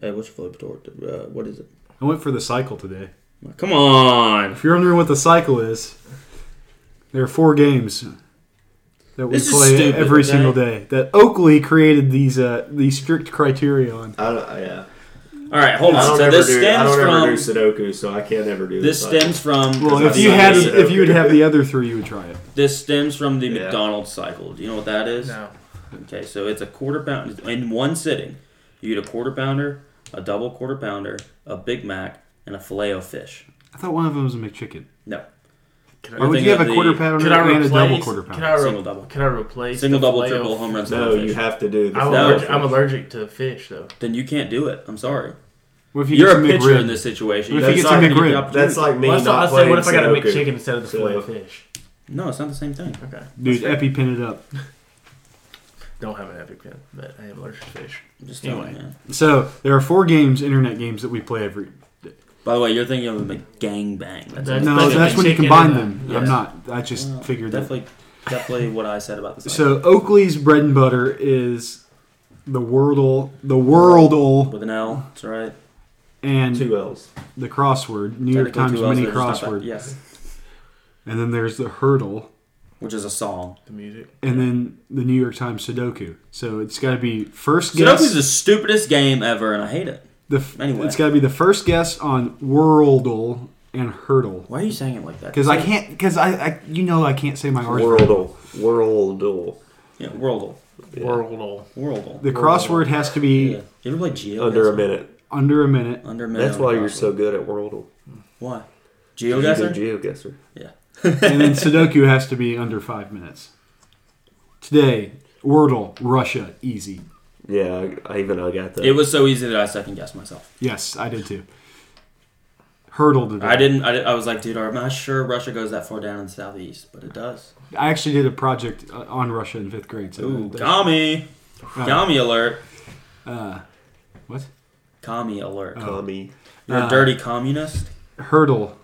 S2: Hey, what's your flip toward? Uh, what is it?
S3: I went for the cycle today.
S2: Come on.
S3: If you're wondering what the cycle is, there are four games that we
S2: This is
S3: play
S2: stupid,
S3: every
S2: okay?
S3: single day that Oakley created these uh, these strict criteria on.
S1: I don't, yeah.
S2: All right, hold
S1: I
S2: on.
S1: don't
S2: So
S1: ever
S2: this
S1: do, I
S2: stems
S1: don't ever do
S2: from
S1: Sudoku, so I can't ever do
S2: this
S1: the cycle.
S2: stems from
S3: Well,
S1: Because
S3: if
S1: I'm
S3: you
S1: not
S3: had
S1: used to
S3: if you would
S1: Oakley.
S3: have the other three, you would try it.
S2: this stems from the
S1: Yeah.
S2: McDonald's cycle. Do you know what that is?
S4: No.
S2: Okay, so it's a quarter pound in one sitting. You get a quarter pounder, a double quarter pounder, a Big Mac, and a filet o fish.
S3: I thought one of them was a McChicken.
S2: No,
S4: Could
S3: Why
S2: You're
S4: I,
S3: would you
S2: thinking
S3: have
S2: of
S3: a quarter
S2: the-
S3: pounder
S4: could I
S3: and
S4: replace?
S3: a double quarter
S4: Could
S3: pounder?
S4: I re-
S2: Single double.
S4: Could I replace
S2: single,
S4: the
S2: double,
S4: filet-o-
S2: triple, home runs.
S1: No,
S2: filet
S1: you
S2: fish.
S1: have to do the
S2: No.
S4: I'm,
S1: filet
S4: allergic, I'm
S1: fish.
S4: allergic to fish though.
S2: Then you can't do it. I'm sorry.
S3: What if
S2: You're a
S3: get some
S2: pitcher
S3: McRib?
S2: in this situation.
S3: What if
S2: That's
S3: he gets
S2: not gonna
S3: a
S2: give
S3: McRib?
S2: you opportunity.
S1: That's like me
S4: Well, that's what
S1: not
S4: I said.
S1: playing
S4: What if I got a
S1: Sudoku.
S4: McChicken instead of the
S1: So-
S4: filet of fish?
S2: no, it's not the same thing.
S4: Okay.
S3: Dude, Epi pin it up.
S4: Don't have an epic pen, but I am allergic to fish.
S2: I'm just telling
S4: Anyway.
S2: you. man.
S3: So there are four games, internet games that we play every.
S2: By the way, you're thinking of a gangbang. That's
S4: That's-
S3: No,
S4: that's
S3: that's when you
S4: McChicken
S3: combine them.
S4: and
S2: that.
S3: I'm
S2: uh, Yes.
S3: not. I just
S2: Well,
S3: figured that.
S2: definitely, definitely what I said about this.
S3: So Oakley's bread and butter is the Wordle, the Worldle,
S2: with an L, that's right.
S3: and
S1: Two L's.
S3: the crossword, New York Times
S2: Technically two Ls,
S3: mini
S2: but it's not that-
S3: crossword,
S2: Yes,
S3: and then there's the hurdle,
S2: which is a song.
S4: The music.
S3: and then the New York Times Sudoku. So it's got to be first guess.
S2: Sudoku's the stupidest game ever, and I hate it.
S3: the f-
S2: anyway.
S3: it's got to be the first guess on Worldle and hurdle.
S2: Why are you saying it like that?
S3: Because I can't. Because I, I, you know, I can't say my R's.
S1: Worldle. Worldle.
S2: Yeah, Worldle.
S4: Worldle.
S2: Worldle.
S3: The crossword has to be
S2: Yeah. You ever play Geoguessr?
S1: Under a minute.
S3: under a minute.
S2: Under a minute.
S1: That's
S2: on a
S1: why you're
S2: crossword.
S1: so good at Worldle.
S2: Why?
S1: You're a good
S2: Geoguessr?
S1: geoguesser.
S2: Yeah.
S3: and then Sudoku has to be under five minutes. Today, Wordle, Russia, easy.
S1: Yeah, I, I even I got that.
S2: It was so easy that I second guessed myself.
S3: Yes, I did too. Hurdle today.
S2: I didn't. I, did, I was like, dude, I'm not sure Russia goes that far down in the southeast, but it does.
S3: I actually did a project uh, on Russia in fifth grade. So uh,
S2: Ooh,
S3: that-
S2: commie,
S3: uh,
S2: commie alert,
S3: uh, what?
S2: commie alert.
S3: Oh.
S1: commie.
S2: You're
S3: Uh,
S2: a dirty communist.
S3: Hurdle.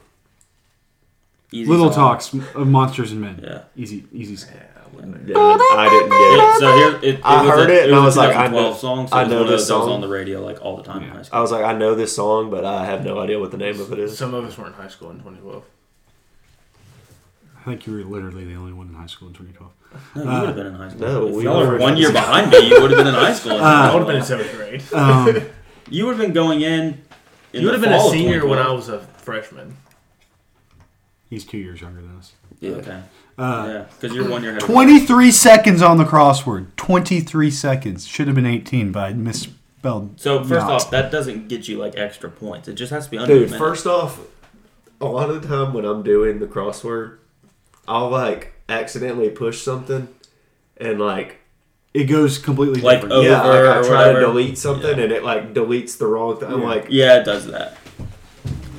S2: Easy
S3: Little
S2: song.
S3: talks of monsters and men.
S2: Yeah.
S3: Easy, easy. song.
S4: Yeah, I wouldn't
S1: Yeah, I didn't get it.
S2: It- so here, it, it
S1: I
S2: was
S1: heard
S2: a,
S1: it, and I
S2: a
S1: was like, I
S2: 2012
S1: know-
S2: song, so
S1: I
S2: it was
S1: know
S2: one of
S1: this
S2: those that was
S1: song.
S2: on the radio like all the time in high school.
S1: I was like, I know this song, but I have no idea what the name of it
S4: know.
S1: is.
S4: Some of us were in high school in 2012.
S3: I think you were literally the only one in high school in 2012.
S2: No, you
S3: Uh,
S2: would have been in high school.
S1: no,
S2: if
S1: we
S2: y'all
S1: were- Uh,
S2: were one year behind me. You would have been in high school.
S4: I would have been in seventh grade.
S3: Um,
S2: you would have been going in. in
S4: You
S2: the
S4: would have been a
S2: fall of
S4: senior when I
S2: 2012.
S4: was a freshman.
S3: he's two years younger than us.
S2: Yeah, okay.
S3: Uh,
S2: yeah, because you're one year ahead. of me.
S3: 23 seconds on the crossword. 23 seconds. Should have been 18, but I misspelled.
S2: So first
S3: not.
S2: off, that doesn't get you like extra points. It just has to be under. a
S1: Dude,
S2: minute.
S1: first off, a lot of the time when I'm doing the crossword, I'll like accidentally push something and like
S3: it goes completely
S2: Like,
S3: different.
S2: oh,
S1: yeah,
S2: Over
S1: like, I
S2: or
S1: try to
S2: whatever.
S1: delete something and it like deletes the wrong thing. I'm
S3: Yeah.
S1: like,
S2: yeah, it does that.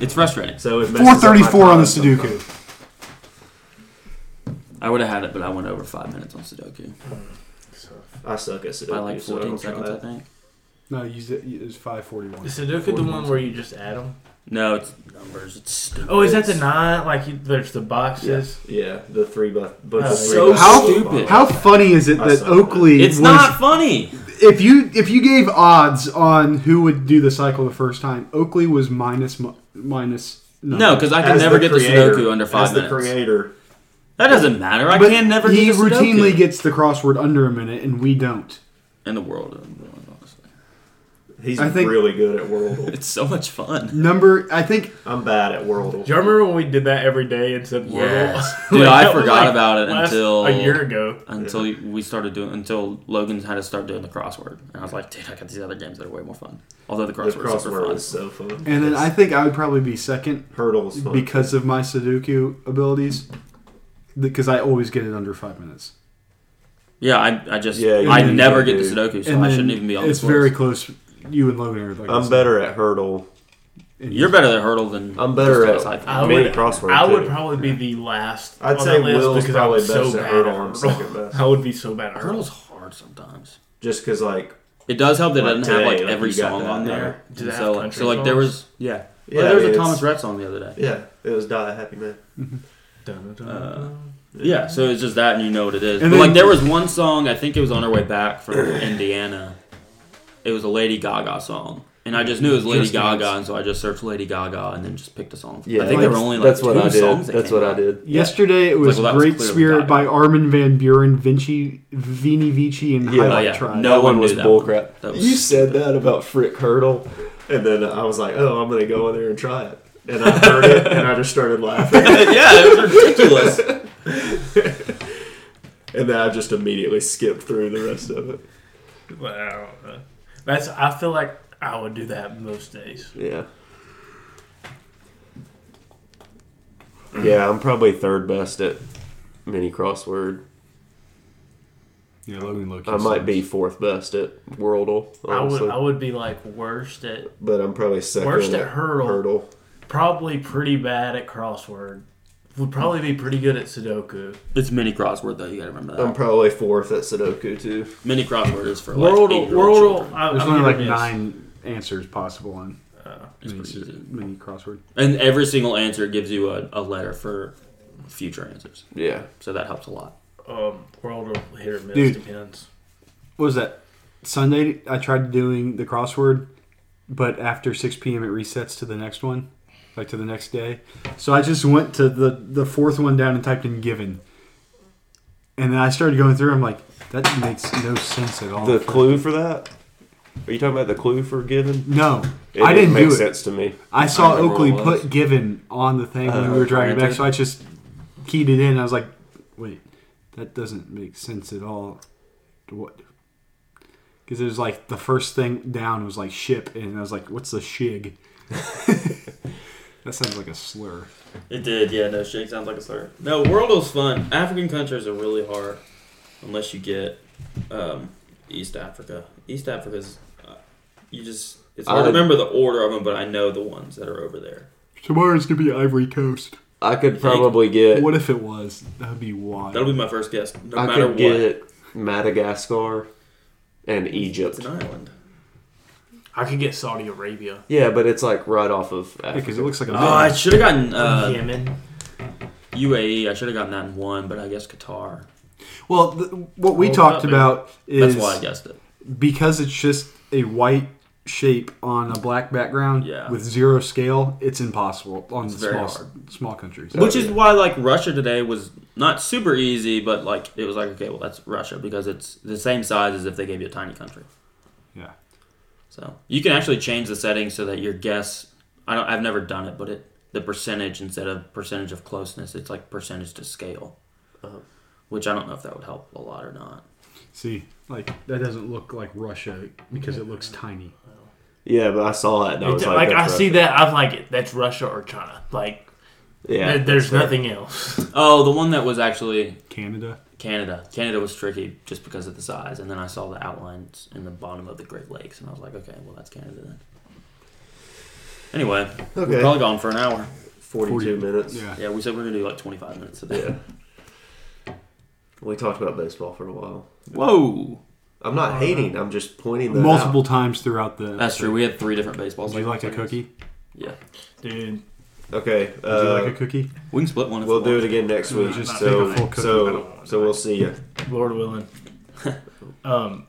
S2: It's frustrating.
S1: so it messes up my
S3: 434 on the
S1: time sometimes.
S3: Sudoku.
S2: I would have had it, but I went over five minutes on Sudoku
S4: So
S1: I suck at Sudoku.
S2: by like
S1: so I don't
S2: 14
S1: try
S2: seconds, I
S1: that.
S2: think.
S3: No, you said it was 541.
S4: is Sudoku the one where you just add them?
S2: No, it's numbers. It's stupid.
S4: Oh, is that the
S2: It's-
S4: nine? Like you, there's the
S1: Yeah,
S4: boxes.
S1: yeah, the three bu- bunch
S4: Oh,
S1: of
S4: yeah.
S1: three
S2: So
S1: bucks.
S3: How-
S2: stupid.
S3: How funny is it
S1: I
S3: that
S1: saw that.
S3: Oakley
S2: It's
S3: was,
S2: not funny.
S3: if you if you gave odds on who would do the cycle the first time, Oakley was minus mu- minus
S2: No, because I can
S1: As
S2: never
S1: the
S2: get the
S1: creator-
S2: Sudoku under five
S1: as
S2: minutes.
S1: the creator,
S2: That doesn't matter. I
S3: But
S2: can never
S3: he
S2: get the
S3: routinely
S2: Sudoku.
S3: gets the crossword under a minute and we don't.
S2: in the world. of World, honestly.
S1: he's
S3: I think-
S1: really good at Worldle.
S2: It's so much fun.
S3: Number I think
S1: I'm bad at Worldle.
S4: Do y'all remember when we did that every day and said Wordle?
S2: Yes.
S4: Like,
S2: Dude,
S4: that
S2: I
S4: was,
S2: forgot
S4: like,
S2: about it
S4: last-
S2: until
S4: a year ago.
S2: until we started doing until Logan's had to start doing the crossword, and I was like, dude, I got these other games that are way more fun. Although the
S1: The
S2: crossword is super
S1: crossword
S2: fun.
S1: was so fun.
S3: and then
S1: Yes.
S3: I think I would probably be second
S1: hurdles fun.
S3: because of my Sudoku abilities. Because I always get it under five minutes.
S2: Yeah, I, I just
S1: Yeah, you
S2: I
S3: do,
S2: never
S1: you
S2: get
S1: do.
S2: the Sudoku, so
S3: and
S2: I
S3: then
S2: shouldn't even be on.
S3: It's
S2: this
S3: very
S2: list.
S3: close. You and Logan are like.
S1: I'm better at hurdle.
S2: You're better at hurdle than
S1: I'm better
S2: just
S1: at-
S2: outside thing.
S4: I
S1: Doing
S4: would,
S1: crossword,
S4: I would
S1: too.
S4: probably be the last.
S1: I'd
S4: on
S1: say
S4: that list
S1: Will's
S4: because I
S1: probably
S4: was
S1: best
S4: so
S1: at
S4: bad
S1: Hurdle. I'm
S4: Hurdle.
S1: second best.
S4: I would be so bad at Hurdle.
S2: Hurdle's hard sometimes.
S1: Just because, like,
S2: It does help that
S1: Like
S2: it doesn't have
S1: today,
S2: like
S1: like,
S2: every
S1: you got
S2: song
S1: that,
S2: on there.
S4: yeah. Does it
S2: And
S4: have
S2: so, like,
S4: country
S2: so like there was
S4: songs?
S2: yeah.
S1: yeah,
S2: well, there was
S1: I
S2: a
S1: mean,
S2: Thomas
S1: it's-
S2: Rhett song the other day.
S1: Yeah, it was Die a Happy Man.
S4: Dun, dun, dun,
S2: Uh,
S4: dun.
S2: Yeah, so it's just that, and you know what it is.
S3: And
S2: But
S3: then-
S2: like, there was one song I think it was on our way back from Indiana. It was a Lady Gaga song, and I just knew it was Lady
S3: Just
S2: Gaga,
S3: Dance.
S2: and so I just searched Lady Gaga and then just picked a song.
S1: Yeah,
S2: I think there were only like
S1: that's
S2: two
S1: what I did.
S2: songs. that
S1: that's
S2: came
S1: what I
S2: out.
S1: did.
S3: Yesterday it was
S2: Like, well, that was
S3: Great
S2: clearly
S3: Spirit
S2: Gaga.
S3: by Armin Van Buren, Vinci, Vini Vici, and
S1: Yeah,
S3: Highlight
S2: yeah.
S3: Tribe.
S2: No
S1: that
S2: one
S1: one
S2: knew
S1: was
S2: that one.
S1: bullcrap.
S2: That was
S1: You said that about Frick Hurdle, and then I was like, oh, I'm going to go in there and try it. And I heard it, and I just started laughing.
S2: yeah, it was ridiculous.
S1: And then I just immediately skipped through the rest of it.
S4: Well, I don't know. That's. I feel like I would do that most days.
S1: Yeah. Yeah, I'm probably third best at mini crossword.
S3: Yeah, Logan Loki.
S1: I might be fourth best at Wordle, honestly.
S4: I would. I would be like worst at.
S1: but I'm probably second
S4: Worst
S1: at,
S4: at Hurdle.
S1: Hurdle.
S4: Probably pretty bad at crossword. Would probably be pretty good at Sudoku.
S2: It's mini crossword though. You gotta remember that.
S1: I'm probably fourth at Sudoku too.
S2: mini crossword is for like
S4: Worldle.
S2: eight-year-old children.
S4: Worldle. I-
S3: There's
S4: I'm
S3: only like
S4: giving this.
S3: nine answers possible on
S2: It's
S3: mini,
S2: pretty easy.
S3: mini crossword.
S2: And every single answer gives you a, a letter for future answers.
S1: Yeah.
S2: So that helps a lot.
S4: Um, Worldle hit or miss
S3: Dude.
S4: depends.
S3: What was that? Sunday, I tried doing the crossword, but after 6 p.m. it resets to the next one, like to the next day. So I just went to the the fourth one down and typed in given. And then I started going through. I'm like, that makes no sense at all.
S1: The clue for that? Are you talking about the clue for given?
S3: No,
S1: It
S3: I didn't
S1: make
S3: do it.
S1: sense to me.
S3: I saw
S2: I remember
S3: Oakley
S2: what it was. Uh,
S3: put given on the thing when
S1: Oh,
S3: we were driving back,
S2: granted.
S3: so I just keyed it in. I was like, wait, that doesn't make sense at all. What? Because it was like the first thing down was like ship, and I was like, what's the shig? that sounds like a slur.
S2: It did, yeah. No, shake sounds like a slur. No, Worldle's fun. African countries are really hard unless you get um, East Africa. East Africa's, uh, you just, it's hard
S1: I-
S2: to remember the order of them, but I know the ones that are over there.
S3: Tomorrow's gonna be Ivory Coast.
S1: I could
S2: Thank-
S1: probably get
S3: What if it was? That would be wild.
S2: That'll be my first guess, no
S1: I
S2: matter
S1: could
S2: what.
S1: get Madagascar and Egypt.
S2: It's an island.
S4: I could get Saudi Arabia.
S1: Yeah, but it's like right off of Africa.
S3: because it looks like a.
S2: Oh, I should have gotten uh,
S4: Yemen.
S2: UAE. I should have gotten that in one, but I guess Qatar.
S3: well, th- what we
S2: Well,
S3: talked
S2: that-
S3: about
S2: That's
S3: is
S2: why I guessed it.
S3: because it's just a white shape on a black background
S2: Yeah.
S3: with zero scale, it's impossible on
S2: It's
S3: small
S2: very
S3: small countries.
S1: Yeah.
S2: Which is why, like, Russia today was not super easy, but, like, it was like, okay, well, that's Russia because it's the same size as if they gave you a tiny country.
S3: Yeah.
S2: So you can actually change the settings so that your guess. I don't. I've never done it, but it the percentage instead of percentage of closeness, it's like percentage to scale,
S1: Uh-huh.
S2: which I don't know if that would help a lot or not.
S3: See, like that doesn't look like Russia because it looks tiny.
S1: Yeah, but I saw that and I was
S4: It's-
S1: like,
S4: like I
S1: that's
S4: see
S1: right.
S4: that, I'm like, that's Russia or China. Like
S1: Yeah,
S4: there- there's
S1: that's right.
S4: nothing else.
S2: Oh, the one that was actually
S3: Canada.
S2: Canada. Canada was tricky just because of the size, and then I saw the outlines in the bottom of the Great Lakes, and I was like, okay, well, that's Canada then. Anyway, we're
S1: Okay,
S2: probably gone for an hour.
S1: 42 minutes.
S3: Yeah.
S2: Yeah, we said we're gonna do like 25 minutes today.
S1: Yeah. We talked about baseball for a while.
S2: Whoa,
S1: I'm not hating. I'm just pointing that
S3: Uh, Multiple times throughout the.
S2: that's true. We had three different baseballs.
S3: Would you like a cookie?
S2: Yeah,
S4: Dude,
S1: out. Okay.
S3: Would you like
S1: Uh,
S3: a cookie?
S2: we can split one. if
S1: we'll
S2: you
S1: do
S2: want.
S1: it again next
S3: No,
S1: week.
S3: just
S1: so
S3: take a full cookie.
S1: so
S5: don't want
S1: so we'll see you.
S4: Lord willing. um